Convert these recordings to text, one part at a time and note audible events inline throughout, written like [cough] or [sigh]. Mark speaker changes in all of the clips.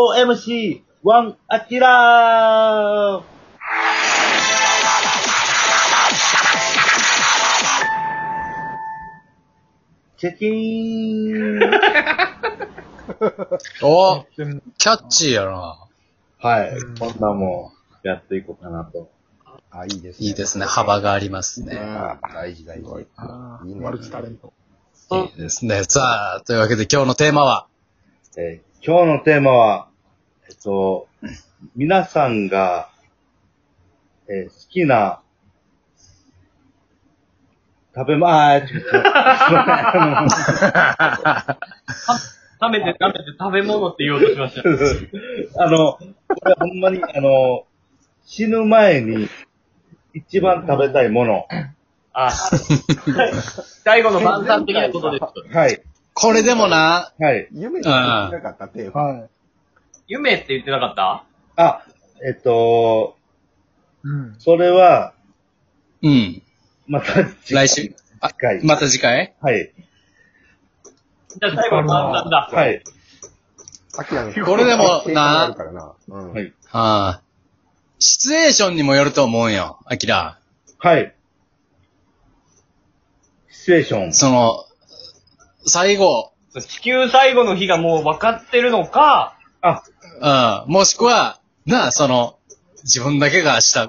Speaker 1: 4MC1 アキラーチェキーン
Speaker 2: おキャッチーやな。
Speaker 1: はい、こんなもんやっていこうかなと。
Speaker 3: あ、いいですね。
Speaker 2: いいですね。幅があります
Speaker 3: うん。
Speaker 2: ね。
Speaker 3: 大事大事。
Speaker 4: あ
Speaker 3: いい
Speaker 4: ー
Speaker 3: ね
Speaker 4: マルチタレント。
Speaker 2: いいですね。さあ、というわけで今日のテーマは、
Speaker 1: えー今日のテーマは、えっと、皆さんが、えー好きな、食べま、あー、ちょっとすいま
Speaker 5: 食べて食べて食べ物って言おうとしました。
Speaker 1: せん [laughs] あの、これほんまに、あの、死ぬ前に一番食べたいもの。
Speaker 5: あ、 [laughs] 最後の晩餐的なことです。
Speaker 1: はい、
Speaker 2: これでもな、
Speaker 1: はい。
Speaker 3: 夢になかったテーマ。
Speaker 4: はい。
Speaker 5: 夢って言ってなかった
Speaker 1: あ、えっと、
Speaker 4: うん。
Speaker 1: それは、
Speaker 2: うん。
Speaker 1: また次回
Speaker 2: 来週。あ
Speaker 1: 次回
Speaker 2: また次回
Speaker 1: はい、
Speaker 5: じゃあ最後の晩餐だ。
Speaker 1: はい。
Speaker 3: さっきの
Speaker 2: これでも
Speaker 3: 経験があるからな。うん
Speaker 1: はい
Speaker 2: ああ。シチュエーションにもよると思うんよ、アキラ。
Speaker 1: はい。シチュエーション。
Speaker 2: その、最後、
Speaker 5: [laughs] 地球最後の日がもう分かってるのか、
Speaker 1: あ、
Speaker 2: うん、もしくは、なあ、その、自分だけが明
Speaker 5: そ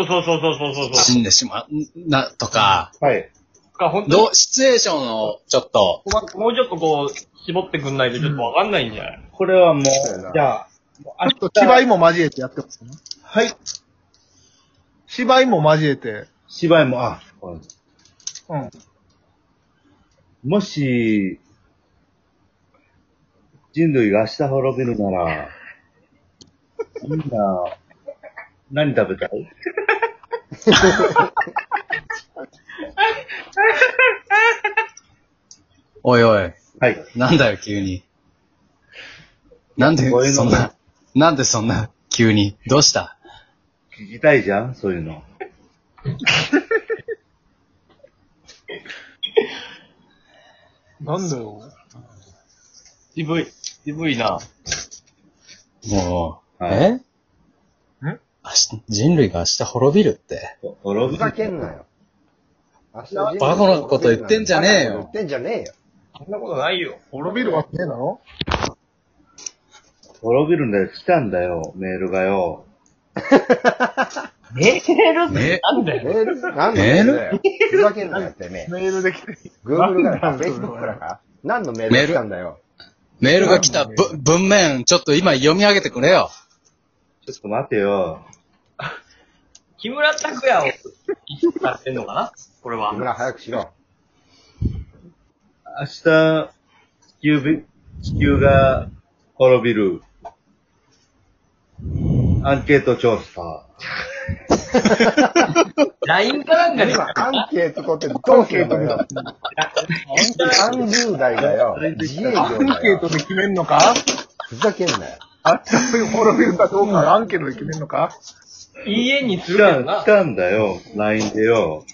Speaker 5: うそうそうそうそうそう
Speaker 2: 日死んでしまう、な、とか、
Speaker 1: はい。
Speaker 5: か、本当
Speaker 2: どう、シチュエーションをちょっと、
Speaker 5: にもうちょっとこう、絞ってくんないとちょっと分かんないんじゃない、
Speaker 1: これはもう
Speaker 3: うやな、
Speaker 1: じゃあ、もう明
Speaker 4: あと、芝居も交えてやってますね。
Speaker 1: はい。
Speaker 4: 芝居も交えて。
Speaker 1: 芝居も、あ、
Speaker 4: うん。
Speaker 1: もし、人類が明日滅びるなら、みんな、何食べたい
Speaker 2: おいおい、
Speaker 1: はい。
Speaker 2: なんだよ、急に。なんで
Speaker 1: こういう、の
Speaker 2: そんな、なんでそんな、急に。どうした
Speaker 1: 聞きたいじゃんそういうの。
Speaker 4: なんだよ。
Speaker 5: 渋い。渋いな。
Speaker 2: もう、
Speaker 1: はい
Speaker 2: え明日人類が明日滅びるって。
Speaker 1: 滅
Speaker 3: ふ
Speaker 1: び
Speaker 3: ざ
Speaker 1: る
Speaker 3: けんなよ。明日
Speaker 2: バカなこと言ってんじゃねえよ
Speaker 3: バカなこと言ってんじゃねえよ。
Speaker 5: そんなことないよ。
Speaker 4: 滅びるわけねえだろ
Speaker 1: 滅びるんだよ。来たんだよ、メールがよ。
Speaker 5: メールってなんだよ。
Speaker 3: メールなんのメールだよ。ふざけんなよってね。
Speaker 4: メールできて。
Speaker 3: Google からか、
Speaker 4: なんだよ
Speaker 3: Facebook からか。何のメール来たんだよ。
Speaker 2: メールが来たぶ文面、ちょっと今読み上げてくれよ。
Speaker 1: ちょっと待てよ。
Speaker 5: 木村拓哉を意識されてんのかなこれは
Speaker 3: 木。村早くしろ。
Speaker 1: 明日、地球び、地球が滅びる。アンケート調査。
Speaker 5: LINE かなんかで、
Speaker 3: 今、アンケート取ってどうするのよ。30代だよ。自営業
Speaker 4: アン
Speaker 3: だ
Speaker 4: ケート
Speaker 3: よ。
Speaker 4: で決めんのか
Speaker 3: ふざけんな
Speaker 4: [laughs]
Speaker 3: よ。
Speaker 4: あっちの滅びるかどうか、アンケートで決めんのか
Speaker 5: 家にす
Speaker 1: 来
Speaker 5: るけ
Speaker 1: た
Speaker 5: どな
Speaker 1: 来。たんだよ、LINE でよ。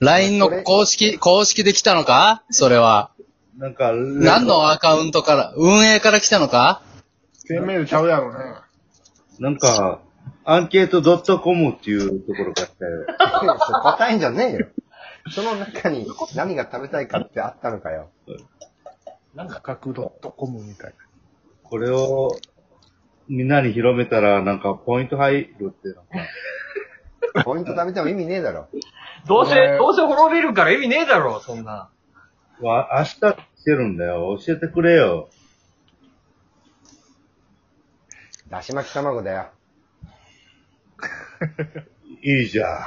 Speaker 2: LINE の公式、公式で来たのかそれは。
Speaker 1: なんか、
Speaker 2: 何のアカウントから、運営から来たのか
Speaker 4: 生メールちゃうやろね。
Speaker 1: なんか、アンケート .com っていうところがあって、
Speaker 3: それ答えんじゃねえよ。その中に何が食べたいかってあったのかよ。
Speaker 4: 角度とコムみたいな。
Speaker 1: これをみんなに広めたら、なんかポイント入るって、なんか、
Speaker 3: ポイント貯めても意味ねえだろ。
Speaker 5: どう
Speaker 4: ね
Speaker 5: せ、どうせ滅びるから意味ねえだろ、そんな。
Speaker 1: わ明日してるんだよ。教えてくれよ。
Speaker 3: だし巻き卵だよ。
Speaker 1: いいじゃん。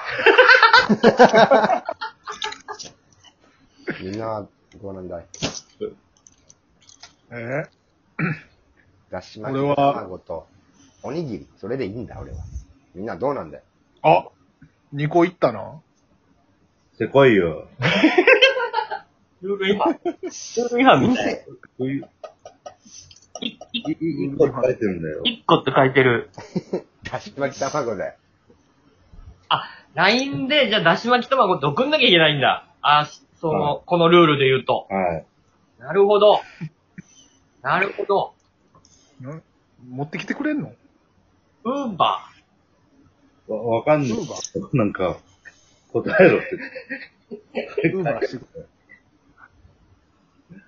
Speaker 3: みんなはご覧だい。
Speaker 4: え
Speaker 3: だし巻き卵と、おにぎり。それでいいんだ、俺は。みんなどうなんだよ。
Speaker 4: ー、あ、2個いったな。
Speaker 1: せこいよ。
Speaker 5: ルール違反。ルール違反みたいな。
Speaker 1: こういう、い、い、いいこと書いてるんだよ。
Speaker 5: 1個って書いてる。
Speaker 3: だし巻き卵だよ。
Speaker 5: LINE で、じゃあ、だし巻き卵って送んなきゃいけないんだ。あ、その、このルールで言うと。
Speaker 1: はい。
Speaker 5: なるほど。なるほど。
Speaker 4: な持ってきてくれんの
Speaker 5: ウーバ
Speaker 1: わ、わかんない。なんか、答えろって。
Speaker 4: ウーバーしてくれ。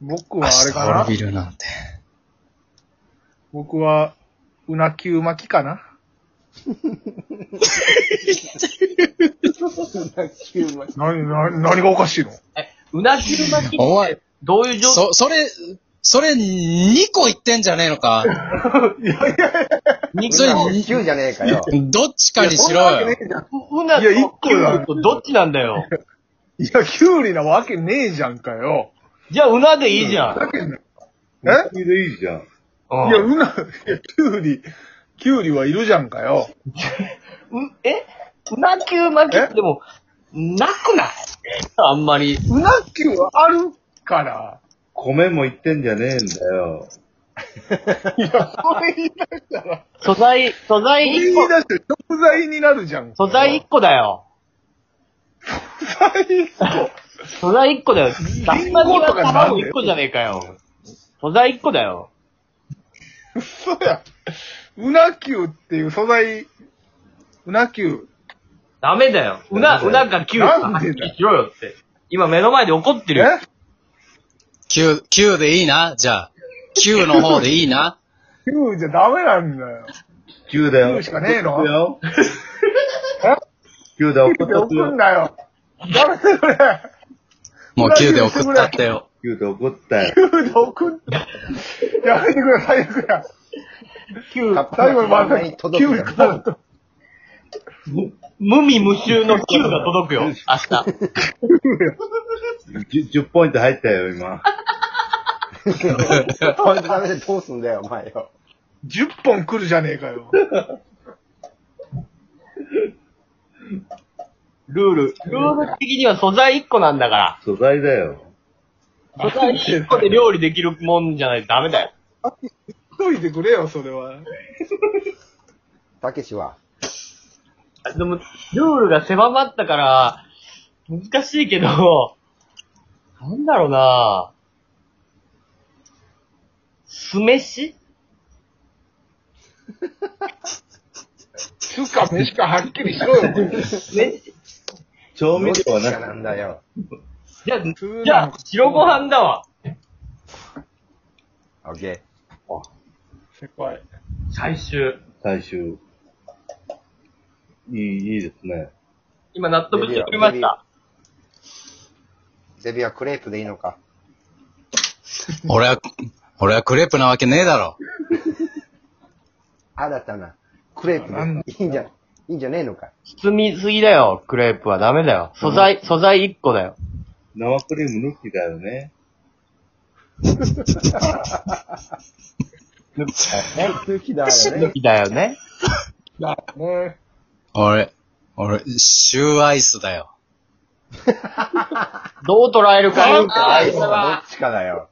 Speaker 4: 僕はあれかな
Speaker 2: 滅びるなんて。
Speaker 4: 僕は、うなきゅう巻きかなな、な、何がおかしいの
Speaker 5: ー。え、うなぎゅう巻き
Speaker 2: お
Speaker 5: っ
Speaker 2: 前
Speaker 5: て、どういう状態
Speaker 2: そ、それ、それ2個言ってんじゃねえの
Speaker 4: [laughs]
Speaker 2: か。
Speaker 5: 肉
Speaker 2: それ
Speaker 5: の
Speaker 3: 9じゃねえかよ。
Speaker 2: [laughs] どっちかにしろよ。
Speaker 5: ううない
Speaker 4: や一
Speaker 5: と
Speaker 4: 個
Speaker 5: キュ
Speaker 4: だ
Speaker 5: ウリとどっちなんだよ。
Speaker 4: いや、きゅうりなわけねえじゃんかよ。
Speaker 5: じゃあうなでいいじゃん。
Speaker 4: え
Speaker 1: えそれでいいじゃん。
Speaker 5: うん
Speaker 4: いや、うな、いや、きゅうり、きゅうりはいるじゃんかよ。
Speaker 5: う、えうなきゅう巻きってでも、なくないあんまり。
Speaker 4: うなきゅうはあるから。
Speaker 1: 米も言ってんじゃねえんだよ。
Speaker 4: それ言い出したら、
Speaker 5: 素材、素
Speaker 4: それ
Speaker 5: 材
Speaker 4: 言
Speaker 5: 一
Speaker 4: い
Speaker 5: 個、
Speaker 4: 出して食材になるじゃん。
Speaker 5: 素材一個だよ。
Speaker 4: 材
Speaker 5: 素材一個だよ。
Speaker 4: リンゴとかなんだ
Speaker 5: 卵
Speaker 4: よ
Speaker 5: 一個じゃねえかよ。素材一個だよ。
Speaker 4: そうや。うなきゅうっていう素材、うなきゅ
Speaker 5: ダメだよ。うな、うなかきゅうか
Speaker 4: な
Speaker 5: は
Speaker 4: ん
Speaker 5: っ
Speaker 4: で
Speaker 5: き
Speaker 4: だよ
Speaker 5: りしろよって。今目の前で怒って
Speaker 4: う。
Speaker 5: るよ。
Speaker 4: え
Speaker 2: 9、9でいいなじゃあ。9の方でいい
Speaker 5: [laughs]
Speaker 2: な
Speaker 4: きゅうじゃダメなんだよ。
Speaker 1: 9だよ。
Speaker 4: 9しかねえの
Speaker 1: 怒っとくよ ?9 だよ、怒っと
Speaker 4: 送
Speaker 1: くよ
Speaker 4: ん。なよ。ダメだこれ。
Speaker 2: もう9で送ったって
Speaker 5: [laughs]
Speaker 2: よ。
Speaker 1: 9で怒ったよ。
Speaker 4: きゅうで送んな。やめてくれ、最悪や。
Speaker 5: きゅう
Speaker 3: カッ
Speaker 4: 最後にま
Speaker 3: パ
Speaker 4: た、
Speaker 3: に
Speaker 4: き
Speaker 3: 届
Speaker 4: ゅう
Speaker 3: く
Speaker 4: り
Speaker 3: か
Speaker 4: 食
Speaker 3: ら
Speaker 4: うと。
Speaker 5: 無味無臭のきゅうが届くよ。明日。
Speaker 1: 10, 10ポイント入ったよ、今。
Speaker 3: こんなダメでどうすんだよ、お前よ。
Speaker 4: 10本来るじゃねえかよ。
Speaker 5: ルール。ルール的には素材一個なんだか
Speaker 1: 素材だよ。
Speaker 5: ら。素材一個で料理できるもんじゃないとダメだよ。
Speaker 4: といてくれよ、それは。
Speaker 3: たけしは。
Speaker 5: でも、ルールが狭まったから、難しいけど、なんだろうな酢飯
Speaker 4: つか飯かはっきりしろよ。
Speaker 5: 酢飯
Speaker 1: 調味料は
Speaker 3: どっちかな
Speaker 1: なん
Speaker 3: だよ。
Speaker 5: じゃあ、
Speaker 4: 通
Speaker 5: じゃあ、白ご飯だわ。
Speaker 3: オッケ
Speaker 4: せこい。
Speaker 5: 最終。
Speaker 1: 最終。いい、いいですね。
Speaker 5: 今納得してくれま
Speaker 3: レ
Speaker 5: し
Speaker 3: ビューレビュー
Speaker 5: た。
Speaker 3: ー。ゼビはクレープでいいのか。
Speaker 2: 俺は、俺はクレープなわけねえだろ。
Speaker 3: 新たなクレー
Speaker 4: なんだ
Speaker 3: プでいいんじゃ、いいんじゃねえのか。
Speaker 5: 包みすぎだよ、クレープは。ダメだよ。素材、素材1個だよ。
Speaker 1: 生クリーム抜きだよね。
Speaker 3: 空気だよね。
Speaker 5: 好きだよね。
Speaker 4: だね。
Speaker 2: 俺、俺、シューアイスだよ。
Speaker 5: どう捉えるかよ。
Speaker 3: アイスは
Speaker 5: は
Speaker 3: どっちかだよ。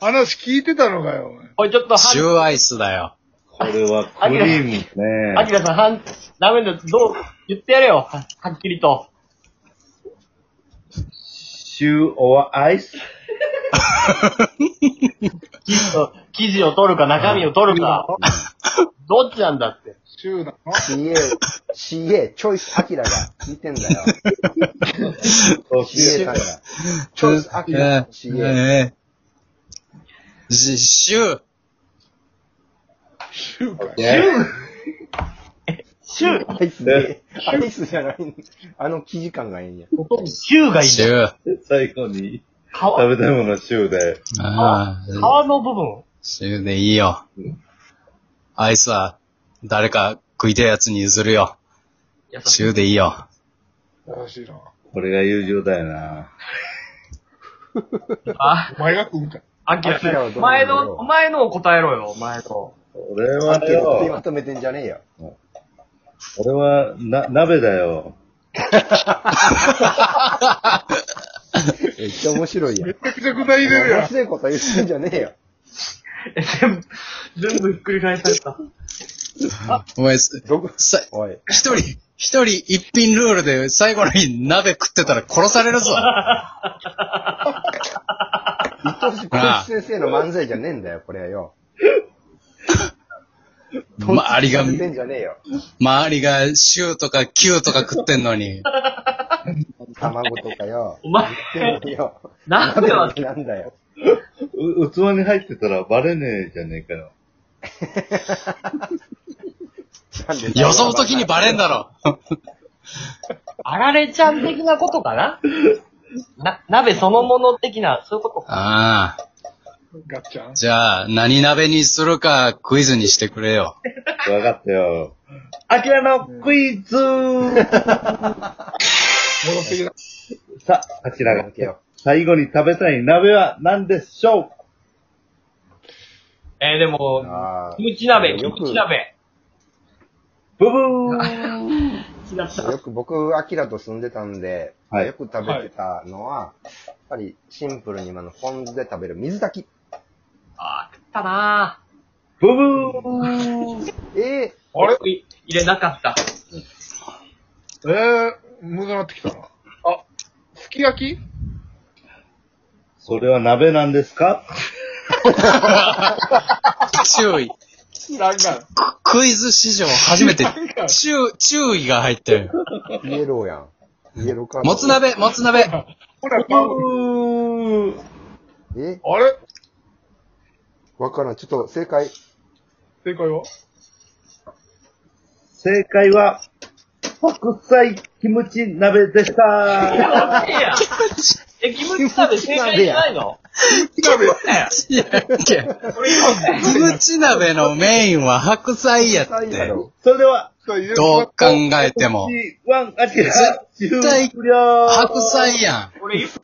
Speaker 4: 話聞いてたのかよ。
Speaker 5: これちょっと、
Speaker 2: シューアイスだよ。
Speaker 1: これはクリームね。
Speaker 5: アキラさん、はん、ダメだ、どう、言ってやれよ、ははっきりと。
Speaker 1: シューオアアイス
Speaker 5: 記事を、記事を取るか、中身を取るか。どっちなんだって。
Speaker 4: シューだ
Speaker 3: CA、CA、チョイス・アキラが聞いてんだよ。
Speaker 1: おし
Speaker 3: CA
Speaker 1: え
Speaker 3: さんが。チョイス・アキラ、CA。
Speaker 2: ええしシュー、
Speaker 4: シューか。
Speaker 5: シュ
Speaker 3: アイスで、アイスじゃないあの生地感がいいんや。
Speaker 5: ー、シューがいいん
Speaker 2: シ
Speaker 5: だよ。
Speaker 2: ュー。
Speaker 1: 最後に食
Speaker 5: 皮、
Speaker 1: べたいものはシューで。
Speaker 2: あ
Speaker 5: 皮
Speaker 2: あ、
Speaker 5: の部分。
Speaker 2: シューでいいよ。アイスは、誰か食いたいやつに譲るよ。
Speaker 5: 優し
Speaker 2: シューでいいよ。
Speaker 4: 優しいな。
Speaker 1: これが友情だよな。
Speaker 5: い。あ、
Speaker 4: お前が食うんか。
Speaker 5: アキラ
Speaker 3: アキラはどう思
Speaker 5: お
Speaker 3: う
Speaker 5: 前の、お前のを答えろよ、お前の。
Speaker 1: 俺
Speaker 3: ア
Speaker 1: は
Speaker 3: キラ取りま
Speaker 1: よ、
Speaker 3: とめてんじゃねえよ。
Speaker 1: 俺はな、鍋だよ。
Speaker 3: めっちゃ面白いやん。
Speaker 4: めちゃくちゃ具体入れるや
Speaker 3: 面
Speaker 4: ん。
Speaker 3: 白いこと言ってんじゃねえよ。
Speaker 5: え、全部、全部ひっくり返された。
Speaker 2: お前、さ、
Speaker 3: どこ
Speaker 2: さ
Speaker 3: おい。
Speaker 2: 一人、一人一品ルールで最 [laughs] 後の日鍋食ってたら殺されるぞ。
Speaker 3: 意図し小石先生の漫才じゃねえんだよ、これはよ。
Speaker 2: 周りが
Speaker 3: 飛びつかれてんじゃねえよ。
Speaker 2: 周りがシューとかキューとか食ってんの [laughs] に。
Speaker 3: 卵とかよ。
Speaker 5: お前、
Speaker 3: 言ってんのよ。
Speaker 5: なんでわ、
Speaker 3: なんだよ。
Speaker 1: う器に入ってたらバレねえじゃねえかよ。
Speaker 2: 予想時にバレんだろ。
Speaker 5: あられちゃん的なことかなな、鍋そのもの的な、そういうことか。
Speaker 2: ああ。
Speaker 4: ガッチャン。
Speaker 2: じゃあ、何鍋にするかクイズにしてくれよ。
Speaker 1: わかったよ。アキラのクイズ
Speaker 4: 戻ってきた。
Speaker 1: [laughs] さあ、アキラ
Speaker 3: だ
Speaker 1: が
Speaker 3: けよ。
Speaker 1: 最後に食べたい鍋は何でしょう
Speaker 5: えー、でも、
Speaker 3: あ
Speaker 5: キムチ鍋、キ
Speaker 3: よ
Speaker 5: ム
Speaker 3: く
Speaker 5: チ鍋。
Speaker 1: ブブ
Speaker 2: [laughs]
Speaker 1: ー
Speaker 5: 違った
Speaker 3: あ。よく僕、アキラと住んでたんで、
Speaker 1: はい
Speaker 3: よく食べてたのは、やっぱりシンプルに今のポン酢で食べる水炊き。
Speaker 5: あー、食ったなぁ。
Speaker 1: ブブー
Speaker 3: え
Speaker 4: あれ
Speaker 5: い入れなかった。
Speaker 4: ええー、無駄になってきたな。あ、すき焼き
Speaker 1: それは鍋なんですか
Speaker 2: 注意。
Speaker 4: 知らんが
Speaker 2: ククイズ史上初めて注注意が入ってる。
Speaker 3: ー、イエローやん。イエローカード。
Speaker 2: もつ鍋、もつ鍋。
Speaker 4: ほら、
Speaker 1: ブ
Speaker 4: パブ。
Speaker 1: ブー
Speaker 3: え
Speaker 4: あれ
Speaker 3: わからん。ちょっと正解。
Speaker 4: 正解は
Speaker 1: 正解は、白菜キムチ鍋でし
Speaker 5: いや、
Speaker 2: [laughs]
Speaker 1: た。
Speaker 5: 惜しいやん。え、キムチ鍋正解じゃないの
Speaker 2: いや、いやキムチ鍋のメインは白菜やっ
Speaker 3: 正解や
Speaker 2: て。
Speaker 3: ろ。
Speaker 1: それでは、
Speaker 4: そういう
Speaker 2: どう考えても。
Speaker 1: 1、1、アキラ、終
Speaker 2: 絶対
Speaker 1: 了
Speaker 2: 白菜やん。
Speaker 5: 俺言っ